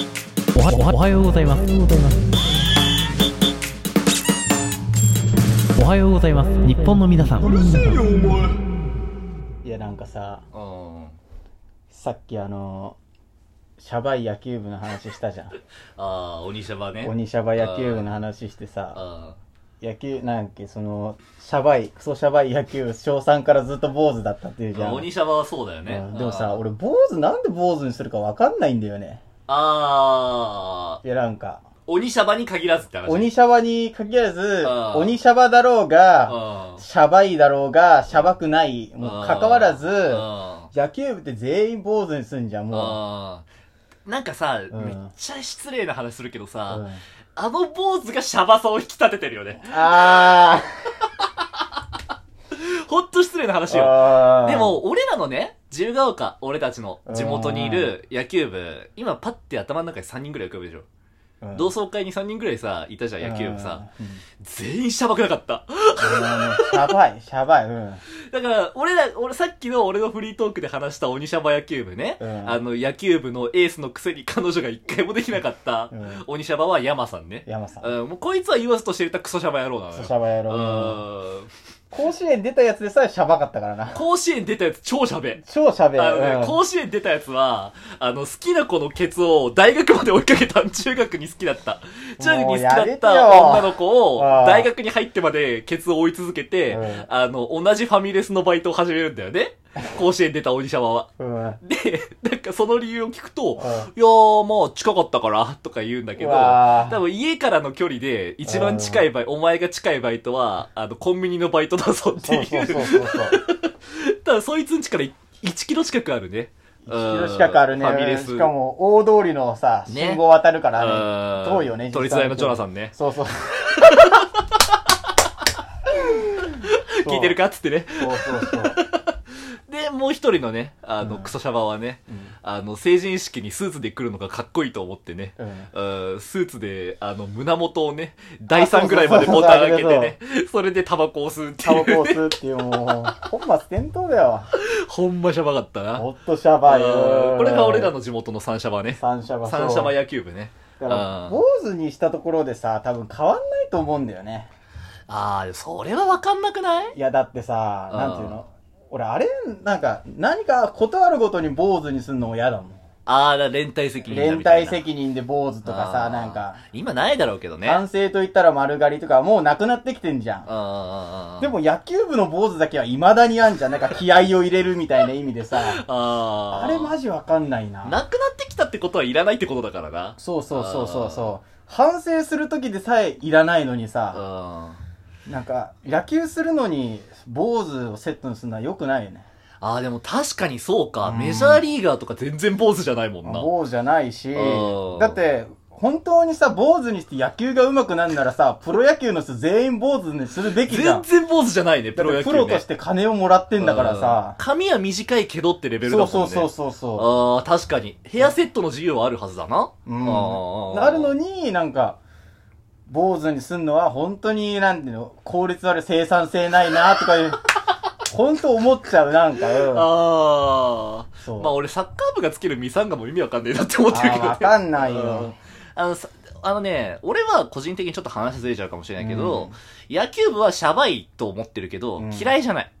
はおはようございます。おはようございます。日本の皆さん。いやなんかさうんさっきあのシャバい野球部の話したじゃん ああー鬼シャバね鬼シャバ野球部の話してさあ野球なんけそのシャバいクソシャバい野球部小3からずっと坊主だったっていうーじゃん、鬼シャバはそうだよねうんでもさあー俺坊主なんで坊主にするかわかんないんだよねあいやなんかー鬼シャバに限らずって話鬼シャバに限らずあー鬼シャバだろううんがあシャバいだろうがシャバくないもうー関わらずあー野球部って全員坊主にすんじゃんもあーなんかさ、うんめっちゃ失礼な話するけどう、さ、うんあの坊主がシャバさを引き立ててるよね。あ ほんと失礼な話よ。あ。で、も、俺らのね、自由が丘、俺たちの地元にいる野球部、今パッて頭の中に3人ぐらい浮かぶでしょ。同窓会に3人ぐらいさ、いたじゃん、野球部さ。うん。全員シャバくなかった。シャバい、シャバい、うん。だから、俺ら、俺さっきの俺のフリートークで話した鬼シャバ野球部ね。うんあの、野球部のエースのくせに彼女が一回もできなかったうん、鬼シャバは山さんね。山さん。うん、もうこいつは言わずと知れたクソシャバ野郎なのシよ。ャバやろ。うん。甲子園出たやつでさえシャバかったからな。甲子園出たやつ超シャベ。超シャベあのねうん甲子園出たやつは、あの、好きな子のケツを大学まで追いかけた、中学に好きだった。中学に好きもだうやめってよた女の子を、ああ大学に入ってまでケツを追い続けて、うんあの、同じファミレスのバイトを始めるんだよね。甲子園出た鬼シャワは。うん。で、なんかその理由を聞くと、んいやー、まあ近かったから、とか言うんだけど、うわー多分家からの距離で一番近いバイト、お前が近いバイトは、あの、コンビニのバイトだぞってそいうう。そうそうそう。ただそいつんちからい1キロ近くあるね。 1キロ近くあるねファミレ。ス。しかも、大通りのさ、ね信号渡るかうん、らね。遠いよね、都立大のジョナさんね。そうそう。そう 聞いてるかっつってね。そうそうそう。で、もう一人のね、あの、クソシャバはね、あの、成人式にスーツで来るのがかっこいいと思ってね。うんうんスーツで、あの、胸元をね、第3ぐらいまでボタン開けてね、それでタバコを吸うってタバコいう。を吸うっていうもう、本末転倒だよ。ほんまシャバかったな。ほっとシャバうよ。んこれが俺らの地元の三シャバね。三シャバ。三シャバ野球部ね。だから、うん坊主にしたところでさ、多分変わんないと思うんだよね。あー、それはわかんなくないいや、だってさ、うんなんていうの俺、あれ、なんか、何か断るごとに坊主にするのも嫌だもん。あー、だから連帯責任だ連みたい帯な。責任で坊主とかあさ、ーなんか、。今ないだろうけどね。男性と言ったら丸刈りとか、もうなくなってきてんじゃん。あ。でも野球部の坊主だけは未だにあんじゃん。なんか気合を入れるみたいな意味でさ あーあれマジわかんないなくなってきたってことはいらないってことだからな。そうそうそうそうそう。反省するときでさえいらないのにさ、あなんか、野球するのに、坊主をセットにするのは良くないよね。あー、でも確かにそうか。うんメジャーリーガーとか全然坊主じゃないもんな。坊主じゃないしうん、だって、本当にさ、坊主にして野球が上手くなるならさ、プロ野球の人全員坊主にするべきじゃ全ん。然坊主じゃないね、プだロっ野て球、ね。プロとして金をもらってんだからさうん。髪は短いけどってレベルだそもうんね。そうそうそうそああ、確かに。ヘアセットの授業はあるはずだな。う。うん。あなるのになんか、坊主にすんのは本当に、なんていうの、効率悪い生産性ないなとか いう、本当思っちゃう、なんか。うんああ。そうまあ俺サッカー部がつけるミサンガも意味わかんねえなって思ってるけど、ね。あーわかんないようん。あのさ、あのね、俺は個人的にちょっと話ずれちゃうかもしれないけど、野球部はシャバいと思ってるけど、うん嫌いじゃない。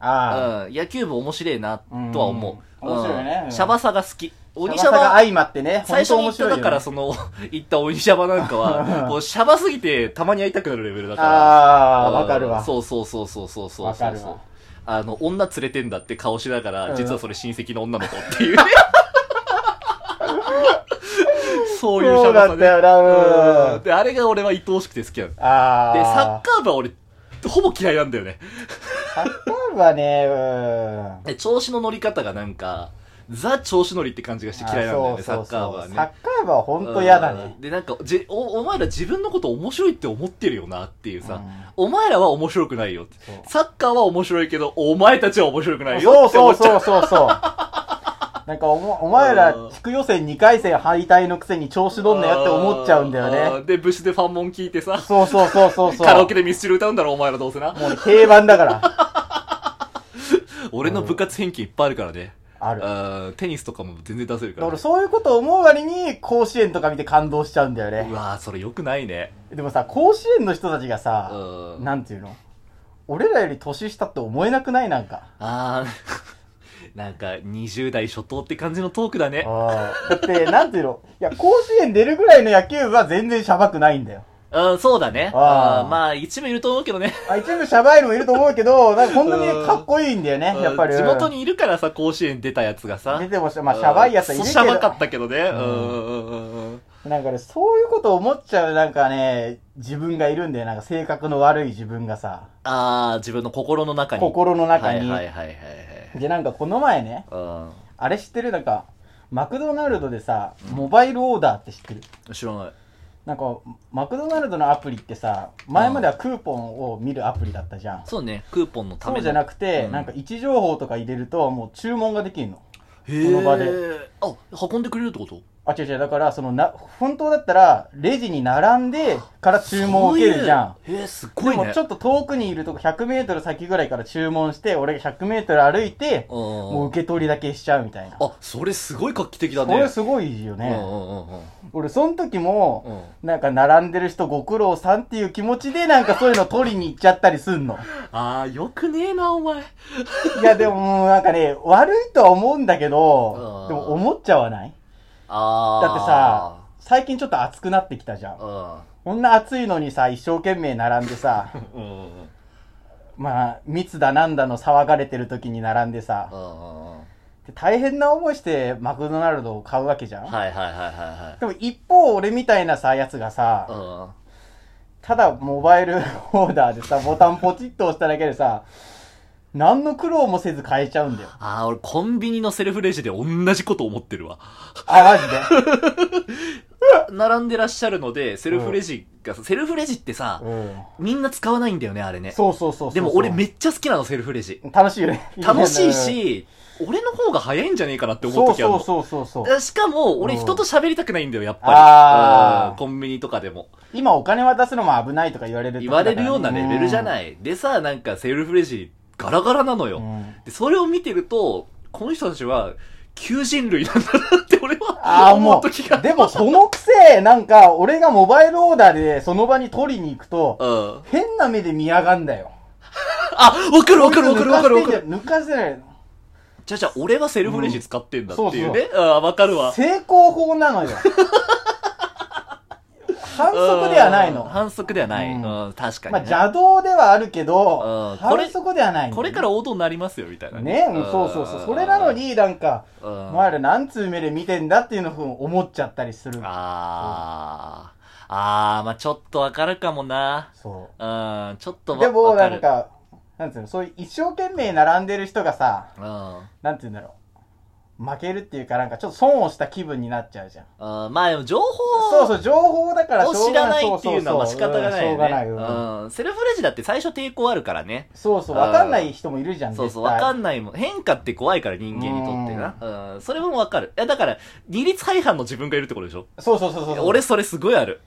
ああ。うん。野球部面白いなとは思う。うん面白いねうんシャバさが好き。鬼シシャャバさがバ。相まってね、最本当初面に言った白いよだねからその、言った鬼シャバなんかは、もうシャバすぎてたまに会いたくなるレベルだから。ああ、わかるわ。そうそうそうそうそうそうそう。わかるわあの、女連れてんだって顔しながら、うん実はそれ親戚の女の子っ ていうね。そういうシそャうだバさっねたよな、うんうん。で、あれが俺は愛おしくて好きなの。で、ああ。サッカー部は俺、ほぼ嫌いなんだよね。サッカー部はね、うで、調子の乗り方がなんか、ザ調子乗りって感じがしてん。嫌いなんだよあね、そうサそうそうッカー部はね。サッカー部は本当嫌だねうん。で、なんか、じお、お前ら自分のこと面白いって思ってるよなっていうさ、うんお前らは面白くないよってそうサッカーは面白いけど、お前たちは面白くないそようってそ思うっちゃ。そううそうそう。なんかおも、お前うらん、地区予選2回戦敗退のくせに調子どんなやって思っちゃうんだあよね。ー。で、ブスでファンモン聞いてさ、そうそうそうそうそう。カラオケでミスチル歌うんだろ、お前らどうせな。もう定番だから。俺の部活偏見いっぱいあるからね。ある。だあーテニスとかも全然出せるから、からそういうことを思う割に、甲子園とか見て感動しちゃうんだようね。わーそれ良くないねでもさ、甲子園の人たちがうさ、んなんていうの俺らより年下って思えなくないなんか。あー なんか20代初頭って感じのトークだねああだって、なんていうのいや、甲子園出るぐらいの野球部は全然しゃばくないんだよ。うんそうだねあーあーまあ一部いると思うけどねあ、一部しゃばいのもいると思うけど、なんかこんなにうんかっこいいんだよね、やっぱり。地元にいるからさ甲子園出たやつがさ出てもし、まあ、しゃばいやつはいるうんけクソしゃど。ばかったけどねうんんうんうんうんなんかね、そういうことを思っちゃう、なんかね、自分がいるんだよ。なんか性格の悪い自分がさ、ああ自分の心の中に心の中に。はいはいはいはいで、なんかこの前ね、はいあれ知ってるなんか、マクドナルドでさ、モバイルオーダーって知ってるうん知らないなんか、マクドナルドのアプリってさ、前まではクーポンを見るアプリだったじゃん。そうねクーポンのためそうのじゃなくて、うんなんか位置情報とか入れると、もう注文ができるの。へえその場であ運んでくれるってことあ、違う違う、だから、そのな、本当だったら、レジに並んでから注文を受けるじゃん。そういうへえすごいでねもちょっと遠くにいるとこ100メートル先ぐらいから注文して、俺が100メートル歩いて、もうも受け取りだけしちゃうみたいな。あそれすごい画期的だそねれすごいようんうね。んうんうん俺、その時うも、んなんか並んでる人ご苦労さんっていう気持ちでなんかそういうの取りに行っちゃったりすんの。ああよくねえなお前いやでももうなんかね、悪いとは思うんだけうどん、でも思っちゃわないあだってさ、最近ちょっと暑くなってきたじゃん。さこんな暑いのにさ、一生懸命並んで さ、うんうんうんうんまあ、密だなんだの騒がれてる時に並んでさ、うんうんで大変な思いしてマクドナルドを買うわけじゃん、はいはいはいはでも一方俺みたいなさやつがいさはただモバイル オーダーでさボタンポチッと押しただけでさ何の苦労もせず買えちゃうんだよい。ああ、俺コンビニのセルフレジで同じこと思ってるわ。あマジで、並んでらっしゃるので、セルフレジが、セルフレジってさ、うみんな使わないんだよね、あれね。ん、そうそうそうそうでも俺めっちゃ好きなの、セルフレジ。楽しいよね楽しいし、俺の方が早いんじゃねえかなって思うそう時あるそのうそうそうそうしかも、俺人と喋りたくないんだよ、やっぱり。あーうんコンビニとかでも。今お金渡すのも危ないとか言われる言われるようなレベルじゃい、ない。でさ、なんかセルフレジガラガラなのよ。うんで、それを見てると、この人たちは、求人類なんだなって俺 あはあ、思もう時がう、。でもそのくせ、なんか、俺がモバイルオーダーでその場に取りに行くと、うん。変な目で見やがんだよ。あ、わかるわかるわかるわかるわかる。抜かせない。じゃあじゃあ俺はセルフレジ使ってんだっていううんそね。ああ、わかるわ。成功法な のよ。反則ではないのうん。反則ではない。うんうん、確かにまあ、ね。邪道ではあるけうんど、これ反則ではないのこれから王道になりますよ、みたいな。ね、うんそうそうそう。それなのになんか、うん、お前ら何つう目で見てんだっていうのを思っちゃったりする。あー。あー、まあちょっとわかるかもな。そうん、ちょっとう。わでも、わかなんる。か、なんつうの、そういう一生懸命並んでる人がさ、うん。うんなんていうんだろう。負けるっていうかなんかちょっと損をした気分になっちゃうじゃん。まあでも情報そうそう、情報だからしょをう知がらな。ないいっていうのはまあ仕方がないそうそううんしょうがない。ようんね。うん。セルフレジだって最初抵抗あるからね。そうそう、わかんない人もいるじゃん、そう絶そう、わ対かんないもん。変化って怖いから人間にとってな。うん。それもわかる。いや、だから、二律背反の自分がいるってことでしょそうそうそうそう。俺、それすごいある。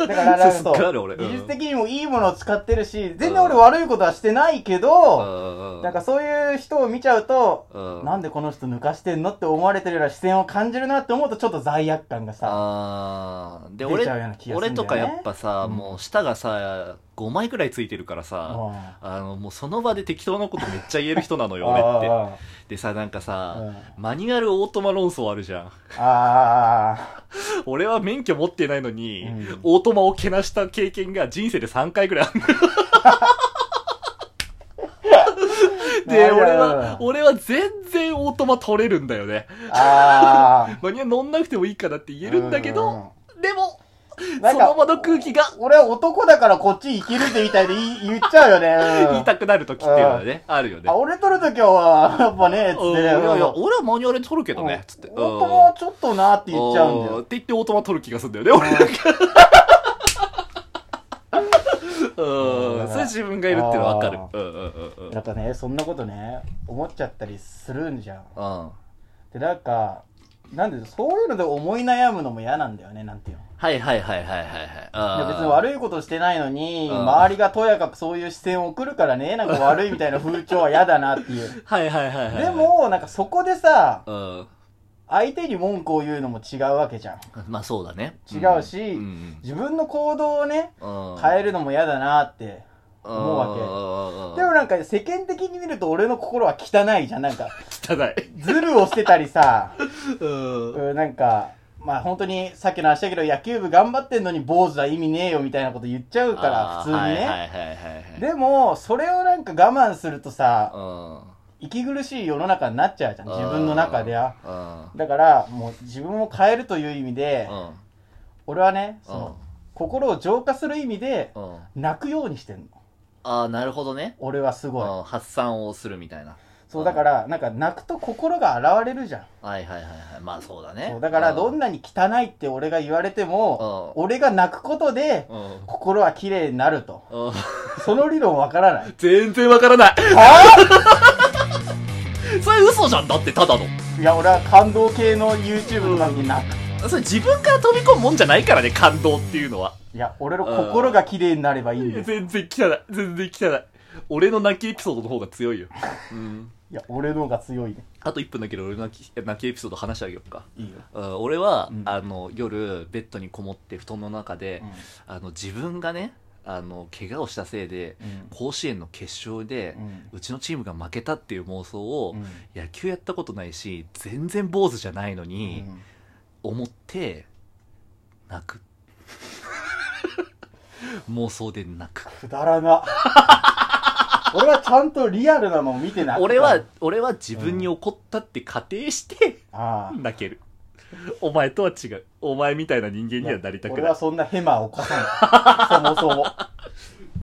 だから、なんかそうすっごいそあうる俺うん技術的にもいいものを使ってるし、全然俺悪いことはしてないけど、うなんか、そういう人を見ちゃうと、うん。なんでこの人抜かしてんのって思われてるような視線を感じるなって思うとちょっと罪悪感がさ、あー出で、俺ちゃうような気、がする俺んだよねとかやっぱさ、うんもう舌がさ、5枚くらいついてるからさ、ああの、もうその場で適当なことめっちゃ言える人なのーよ、俺っあて。でさ、なんかうさん、マニュアルオートマ論争あるじゃん。ーあ俺は免許持ってないのに、うんオートマをけなした経験が人生で3回くらいあるんだよで、俺は、俺は全然オートマ取れるんだよね。ー、あーマニュアル乗んなくてもいいかなって言えるんだけど、でも、なそんかの場の空気が俺は男だからこっち行けるぜみたいで言い言っちゃうよね。言いたくなる時っていうのはね、あるよねあ、。俺取るときは、やっぱね、つうんってね。いやいや、うん俺はマニュアルで取るけどね、つって。俺ともちょっとなって言っちゃうんだおーっよ。て言ってオートマ取る気がするんだよね、俺なんか。んうん、それ自分がいるっていうのはわかる。あうんうんうんうん。なんかね、そんなことね、思っちゃったりするんじゃん。うん。で、なんか、なんで、そういうので思い悩むのも嫌なんだよね、なんていうの。はいはいはいはいはいはい。いやあ別にー悪いことしてないのに、うん周りがとやかくそういう視線を送るからね、なんか悪いみたいな風潮は嫌だなっていう。はいはいはいはい。で、も、なんかそこでさ、うん。相手に文句を言うのも違うわけじゃん。まあそうだね。違うしうん自分の行動をね、うんうん変えるのも嫌だなって。思うわでもなんか世間的に見ると俺の心は汚いじゃん。なんか、 でも、汚い。ズルをしてたりさ、うん。うんなんか、まあ本当にさっきの話だけど野球部頑張ってんのに坊主は意味ねえよみたいなこと言っちゃうから、普あー通にね。はいはいはいはいはい。でも、それをなんか我慢するとさ、うん、息苦しい世の中になっちゃうじゃん、自分の中では。うだから、もう自分を変えるという意味で、ん。俺はね、その、心を浄化する意味で、うん。うん。泣くようにしてんの。ああ、なるほどね。俺はすごい。うん発散をするみたいな。そう、だから、なんか泣くと心が現れるじゃん。はいはいはいはい。まあそうだね。そう、だからどんな、なに汚いって俺が言われても、う俺が泣くことで、うん。うん心は綺麗になると。その理論わから ない。全然わからない。はそれ嘘じゃんだって、ただの。ぁいや、俺は感動系の YouTube とかに泣く。それ自分から飛び込むもんじゃないからね、感動っていうのは。いや、俺の心が綺麗になればいいんだよ。全然汚い。全然汚い。俺の泣きエピソードの方が強いよ。うん。いや、俺の方が強いね。あと1分だけど俺の泣き泣きエピソード話してあげようか。いいよ。うん俺は、うんあの夜ベッドにこもって布団の中で、あの自分がねあの怪我をしたせいでう甲子園の決勝でん。う、ん。うちのチームが負けたっていう妄想を、うん野球やったことないし全然坊主じゃないのに、思って 泣く妄想で泣くくだら な。俺はちゃんとリアルなのを見てな俺は、俺は自分に怒ったって仮定してああ。泣ける、お前とは違うお前みたいな人間にはなりたく俺ないはそんなヘマを起こさない。そもそも。